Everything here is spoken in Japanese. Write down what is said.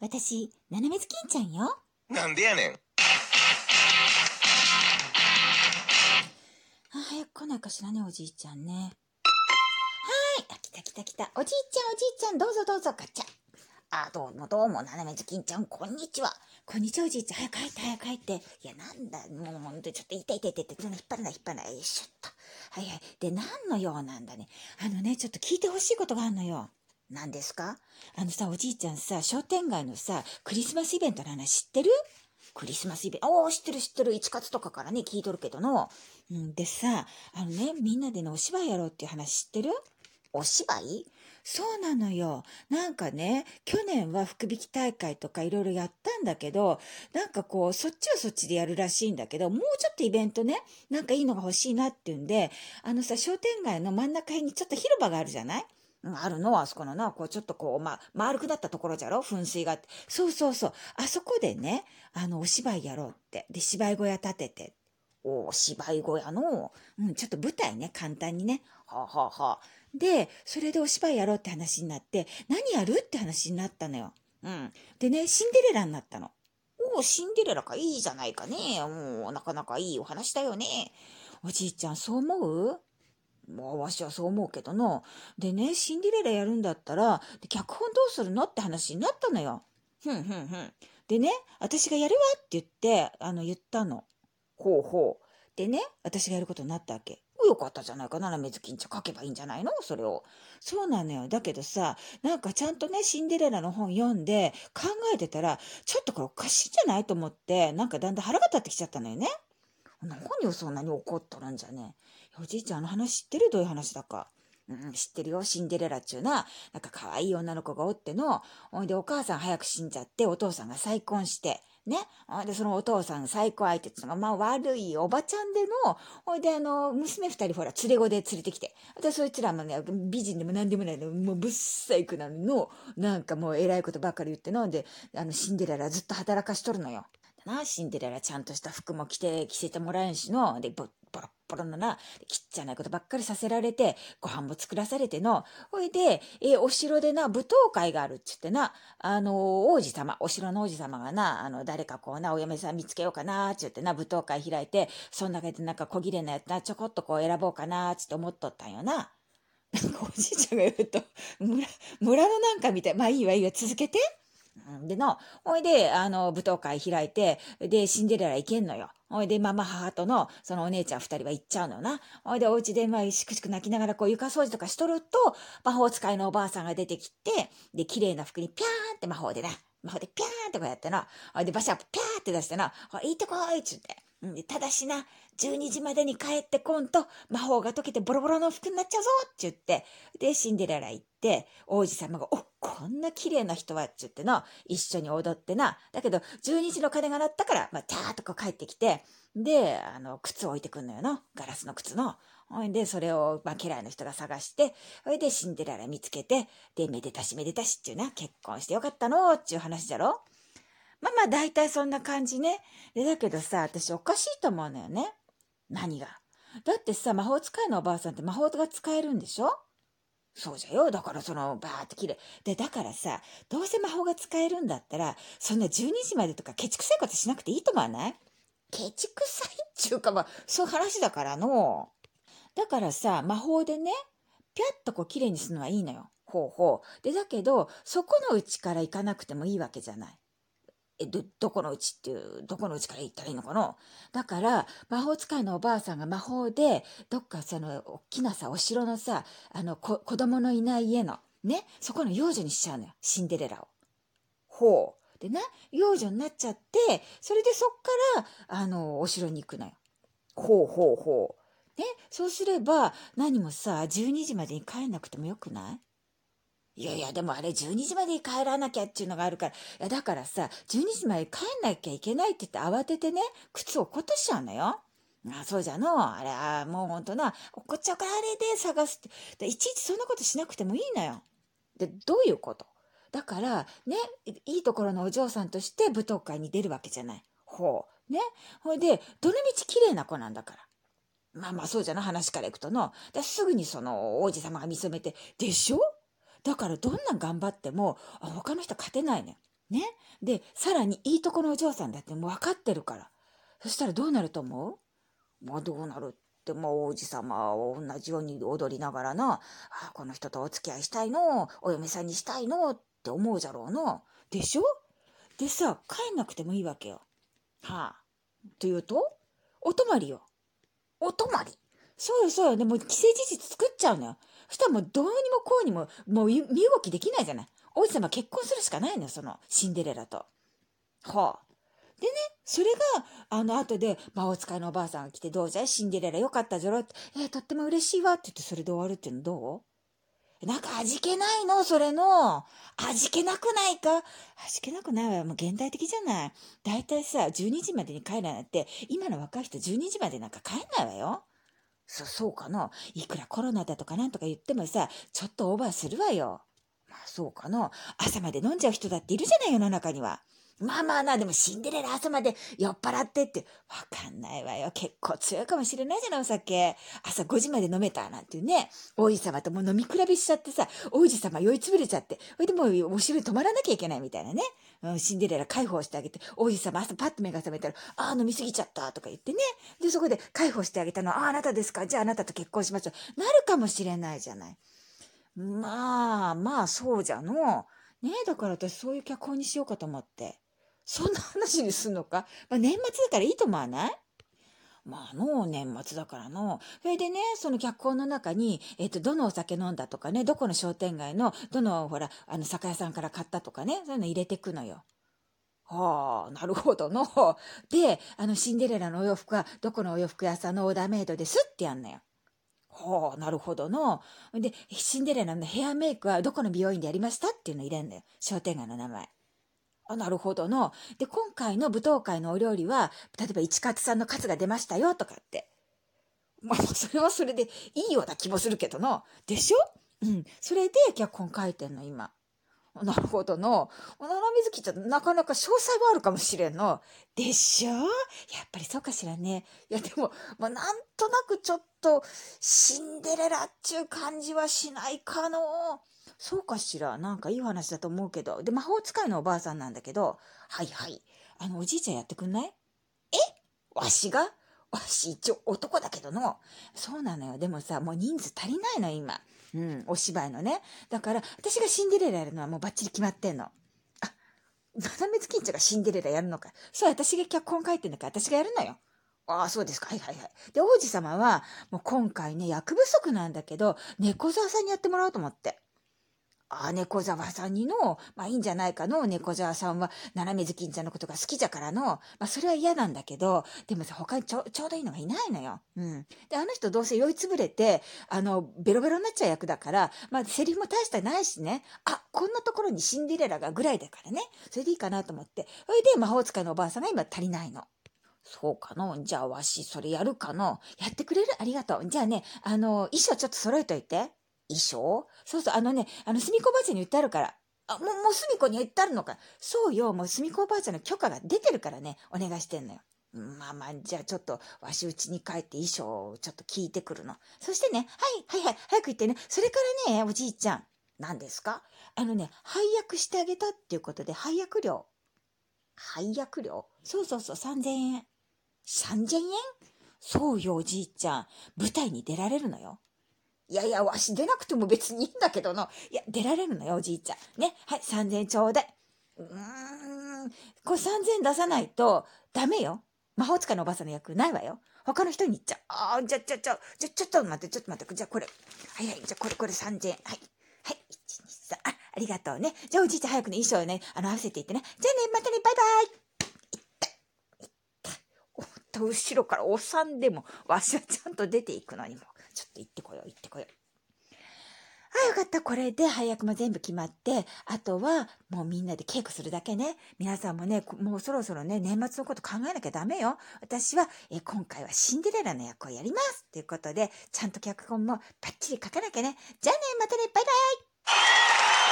私、斜めずきんちゃんよ。なんでやねん。あ、早く来ないかしらね、おじいちゃんね。はーい。あ、来た来た来た。おじいちゃん、おじいちゃん、どうぞどうぞ、ガチャ。あ、どうもどうも、斜めずきんちゃん、こんにちは。こんにちは、おじいちゃん。早く入って、早く入って。いや、なんだ、もう、もう、ちょっと痛い痛い痛い痛い。そんな引っ張るな、引っ張るな。よいしょっと。はいはい。で、何の用なんだね。あのね、ちょっと聞いてほしいことがあるのよ。何ですかあのさ、おじいちゃんさ、商店街のさ、クリスマスイベントの話知ってるクリスマスイベント。おー、知ってる知ってる。1月とかからね、聞いとるけどの。うん、でさ、あのね、みんなでね、お芝居やろうっていう話知ってるお芝居そうなのよ。なんかね、去年は福引き大会とかいろいろやったんだけど、なんかこう、そっちはそっちでやるらしいんだけど、もうちょっとイベントね、なんかいいのが欲しいなっていうんで、あのさ、商店街の真ん中辺にちょっと広場があるじゃないうんあるのあそこのな、こうちょっとこう、ま、丸くなったところじゃろ噴水があって。そうそうそう。あそこでね、あの、お芝居やろうって。で、芝居小屋建てて。お芝居小屋の、うん、ちょっと舞台ね、簡単にね。はあ、はあはあ、で、それでお芝居やろうって話になって、何やるって話になったのよ。うん。でね、シンデレラになったの。おお、シンデレラか、いいじゃないかね。もう、なかなかいいお話だよね。おじいちゃん、そう思うまあ、わしはそう思うけどな。でね、シンデレラやるんだったら、で脚本どうするのって話になったのよ。ふんふんふん。でね、私がやるわって言って、あの、言ったの。ほうほう。でね、私がやることになったわけ。よかったじゃないかな、めずきんちゃん書けばいいんじゃないのそれを。そうなのよ。だけどさ、なんかちゃんとね、シンデレラの本読んで考えてたら、ちょっとこれおかしいんじゃないと思って、なんかだんだん腹が立ってきちゃったのよね。何をそんなに怒っとるんじゃねえ。おじいちゃん、あの話知ってるどういう話だか。うん、知ってるよ。シンデレラっちゅうな、なんか可愛い女の子がおっての、ほいでお母さん早く死んじゃって、お父さんが再婚して、ね。ほいで、そのお父さん再婚相手っていうのが、まあ悪いおばちゃんでの、ほいで、あの、娘二人ほら、連れ子で連れてきて。で、そいつらもね、美人でも何でもないの、もうぶっさいくなのの、なんかもう偉いことばっかり言ってのんで、あの、シンデレラずっと働かしとるのよ。なシンデレラちゃんとした服も着て着せてもらえんしのでボボロッボロのなきっちゃないことばっかりさせられてご飯も作らされてのほいで、えーお城でな舞踏会があるっつってなあのー王子様お城の王子様がなあの誰かこうなお嫁さん見つけようかなっつってな舞踏会開いてそん中でなんか小切れなやつなちょこっとこう選ぼうかなっつって思っとったんよな。なんかおじいちゃんが言うと村村のなんかみたいまあいいわいいわ続けて。うんでの、ほいで、あの、舞踏会開いて、で、シンデレラ行けんのよ。ほいで、ママ、母との、そのお姉ちゃん二人は行っちゃうのよな。ほいで、お家で、まあ、しくしく泣きながら、こう、床掃除とかしとると、魔法使いのおばあさんが出てきて、で、綺麗な服にピャーンって魔法でな、魔法でピャーンってこうやってな、ほいで、バシャッピャーって出してな、ほい、行ってこいっつって。うんでただしな、12時までに帰ってこんと、魔法が解けてボロボロの服になっちゃうぞって言って、で、シンデレラ行って、王子様が、おこんな綺麗な人はって言ってな、一緒に踊ってな。だけど、12時の鐘が鳴ったから、まあ、ちゃーっとこう帰ってきて、で、あの、靴を置いてくんのよな。ガラスの靴の。ほいで、それを、まあ、家来の人が探して、ほいで、シンデレラ見つけて、で、めでたしめでたしっていうな、結婚してよかったのっていう話じゃろ。まあまあ、大体そんな感じね。で、だけどさ、私おかしいと思うのよね。何が。だってさ、魔法使いのおばあさんって魔法が使えるんでしょそうじゃよ。だからその、バーって切れ。で、だからさ、どうせ魔法が使えるんだったら、そんな12時までとかケチくさいことしなくていいと思わないケチくさいっちゅうか、まあ、そういう話だからの。だからさ、魔法でね、ぴゃっとこう綺麗にするのはいいのよ。ほうほう。で、だけど、そこのうちから行かなくてもいいわけじゃない。え、ど、どこのうちっていう、どこのうちから行ったらいいのかなだから、魔法使いのおばあさんが魔法で、どっかその、大きなさ、お城のさ、あの、こ、子供のいない家の、ね、そこの幼女にしちゃうのよ、シンデレラを。ほう。でな、幼女になっちゃって、それでそっから、あの、お城に行くのよ。ほうほうほう。ね、そうすれば、何もさ、12時までに帰んなくてもよくないいやいや、でもあれ12時までに帰らなきゃっていうのがあるから、いやだからさ、12時までに帰んなきゃいけないって言って慌ててね、靴を落っことしちゃうのよ。あそうじゃの。あれ、あもうほんとな、落っこっちゃうからあれで探すって。でいちいちそんなことしなくてもいいのよ。で、どういうことだから、ね、いいところのお嬢さんとして舞踏会に出るわけじゃない。ほう。ね。ほいで、どのみち綺麗な子なんだから。まあまあそうじゃな話からいくとの。ですぐにその王子様が見初めて、でしょだからどんな頑張っても、あ他の人勝てないね。ね。で、さらにいいとこのお嬢さんだってもう分かってるから。そしたらどうなると思うまあどうなるって、まあ王子様を同じように踊りながらな、ああ、この人とお付き合いしたいの、お嫁さんにしたいのって思うじゃろうな。でしょでさ、帰んなくてもいいわけよ。はあ。というと、お泊まりよ。お泊まり。そうよそうよ。でも既成事実作っちゃうのよ。そしたらもうどうにもこうにも、もう身動きできないじゃない。王子様結婚するしかないのよ、そのシンデレラと。はあ。でね、それが、あの、後で、魔法使いのおばあさんが来て、どうじゃいシンデレラよかったじゃろって、えー、とっても嬉しいわって言って、それで終わるっていうのどうなんか味気ないのそれの。味気なくないか味気なくないわ。もう現代的じゃない。だいたいさ、12時までに帰らないって、今の若い人12時までなんか帰んないわよ。そ、そうかな。いくらコロナだとかなんとか言ってもさ、ちょっとオーバーするわよ。まあそうかな。朝まで飲んじゃう人だっているじゃない世の中には。まあまあな、でもシンデレラ朝まで酔っ払ってって、わかんないわよ。結構強いかもしれないじゃない、お酒。朝5時まで飲めたなんていうね。王子様ともう飲み比べしちゃってさ、王子様酔いつぶれちゃって、それでもうお汁止まらなきゃいけないみたいなね。うん、シンデレラ解放してあげて、王子様朝パッと目が覚めたら、ああ、飲みすぎちゃったとか言ってね。で、そこで解放してあげたのは、ああ、あなたですかじゃああなたと結婚しましょう。なるかもしれないじゃない。まあまあ、そうじゃの。ねえ、だから私そういう脚本にしようかと思って。そんな話にすんのか、まあ、年末だからいいと思わないまあの、年末だからの。それでね、その脚本の中に、えっ、と、どのお酒飲んだとかね、どこの商店街の、どの、ほら、あの、酒屋さんから買ったとかね、そういうの入れてくのよ。はあ、なるほどの。で、あの、シンデレラのお洋服は、どこのお洋服屋さんのオーダーメイドですってやんのよ。はあ、なるほどの。で、シンデレラのヘアメイクはどこの美容院でやりましたっていうの入れんのよ。商店街の名前。あ、なるほどの。で、今回の舞踏会のお料理は、例えば市勝さんのカツが出ましたよとかって。まあ、それはそれでいいような気もするけどの。でしょうん。それで脚本書いてんの、今。なるほどの。おならみずきちゃん、なかなか詳細はあるかもしれんの。でしょやっぱりそうかしらね。いや、でも、まあ、なんとなくちょっと、シンデレラっちゅう感じはしないかの。そうかしらなんかいい話だと思うけど。で、魔法使いのおばあさんなんだけど、はいはい。あの、おじいちゃんやってくんないえわしがわし一応男だけどの。そうなのよ。でもさ、もう人数足りないの、今。うん、お芝居のね。だから、私がシンデレラやるのはもうバッチリ決まってんの。あ、ななめつきんちゃがシンデレラやるのか。そう、私が脚本書いてんだから私がやるのよ。ああ、そうですか。はいはいはい。で、王子様は、もう今回ね、役不足なんだけど、猫沢さんにやってもらおうと思って。ああ、猫沢さんにの、まあいいんじゃないかの、猫沢さんは、ななめずきんちゃんのことが好きじゃからの、まあそれは嫌なんだけど、でもさ、他にちょ、ちょうどいいのがいないのよ。うん。で、あの人どうせ酔いつぶれて、あの、ベロベロになっちゃう役だから、まあセリフも大したないしね、あ、こんなところにシンデレラがぐらいだからね、それでいいかなと思って、それで魔法使いのおばあさんが今足りないの。そうかのじゃあわし、それやるかのやってくれるありがとう。じゃあね、あの、衣装ちょっと揃えといて。衣装そうそう、あのね、あの、すみこおばあちゃんに言ってあるから。あ、もう、もうすみこに言ってあるのか。そうよ、もうすみこおばあちゃんの許可が出てるからね、お願いしてんのよ。まあまあ、じゃあちょっと、わしうちに帰って衣装をちょっと聞いてくるの。そしてね、はい、はい、はい、早く行ってね。それからね、おじいちゃん、何ですかあのね、配役してあげたっていうことで、配役料。配役料そうそうそう、3000円。3000円そうよ、おじいちゃん。舞台に出られるのよ。いやいや、わし出なくても別にいいんだけどの。いや、出られるのよ、おじいちゃん。ね。はい、3000円ちょうだい。うーん。これ3000円出さないと、ダメよ。魔法使いのおばさんの役ないわよ。他の人に言っちゃう。ああ、じゃ、じゃ、じゃ、じゃ、ちょっと待って、ちょっと待って。じゃ、これ。はいはい、じゃ、これ、これ3000円。はい。はい、1、2、3。あ、ありがとうね。じゃあ、おじいちゃん早くね、衣装をね、あの、合わせていってね。じゃあね、またね、バイバイ。と後ろからおさんでも、わしはちゃんと出ていくのにも、ちょっと行ってこよう、行ってこよう。あ、よかった。これで配役も全部決まって、あとはもうみんなで稽古するだけね。皆さんもね、もうそろそろね、年末のこと考えなきゃダメよ。私は、え今回はシンデレラの役をやりますということで、ちゃんと脚本もバッチリ書かなきゃね。じゃあね、またね、バイバイ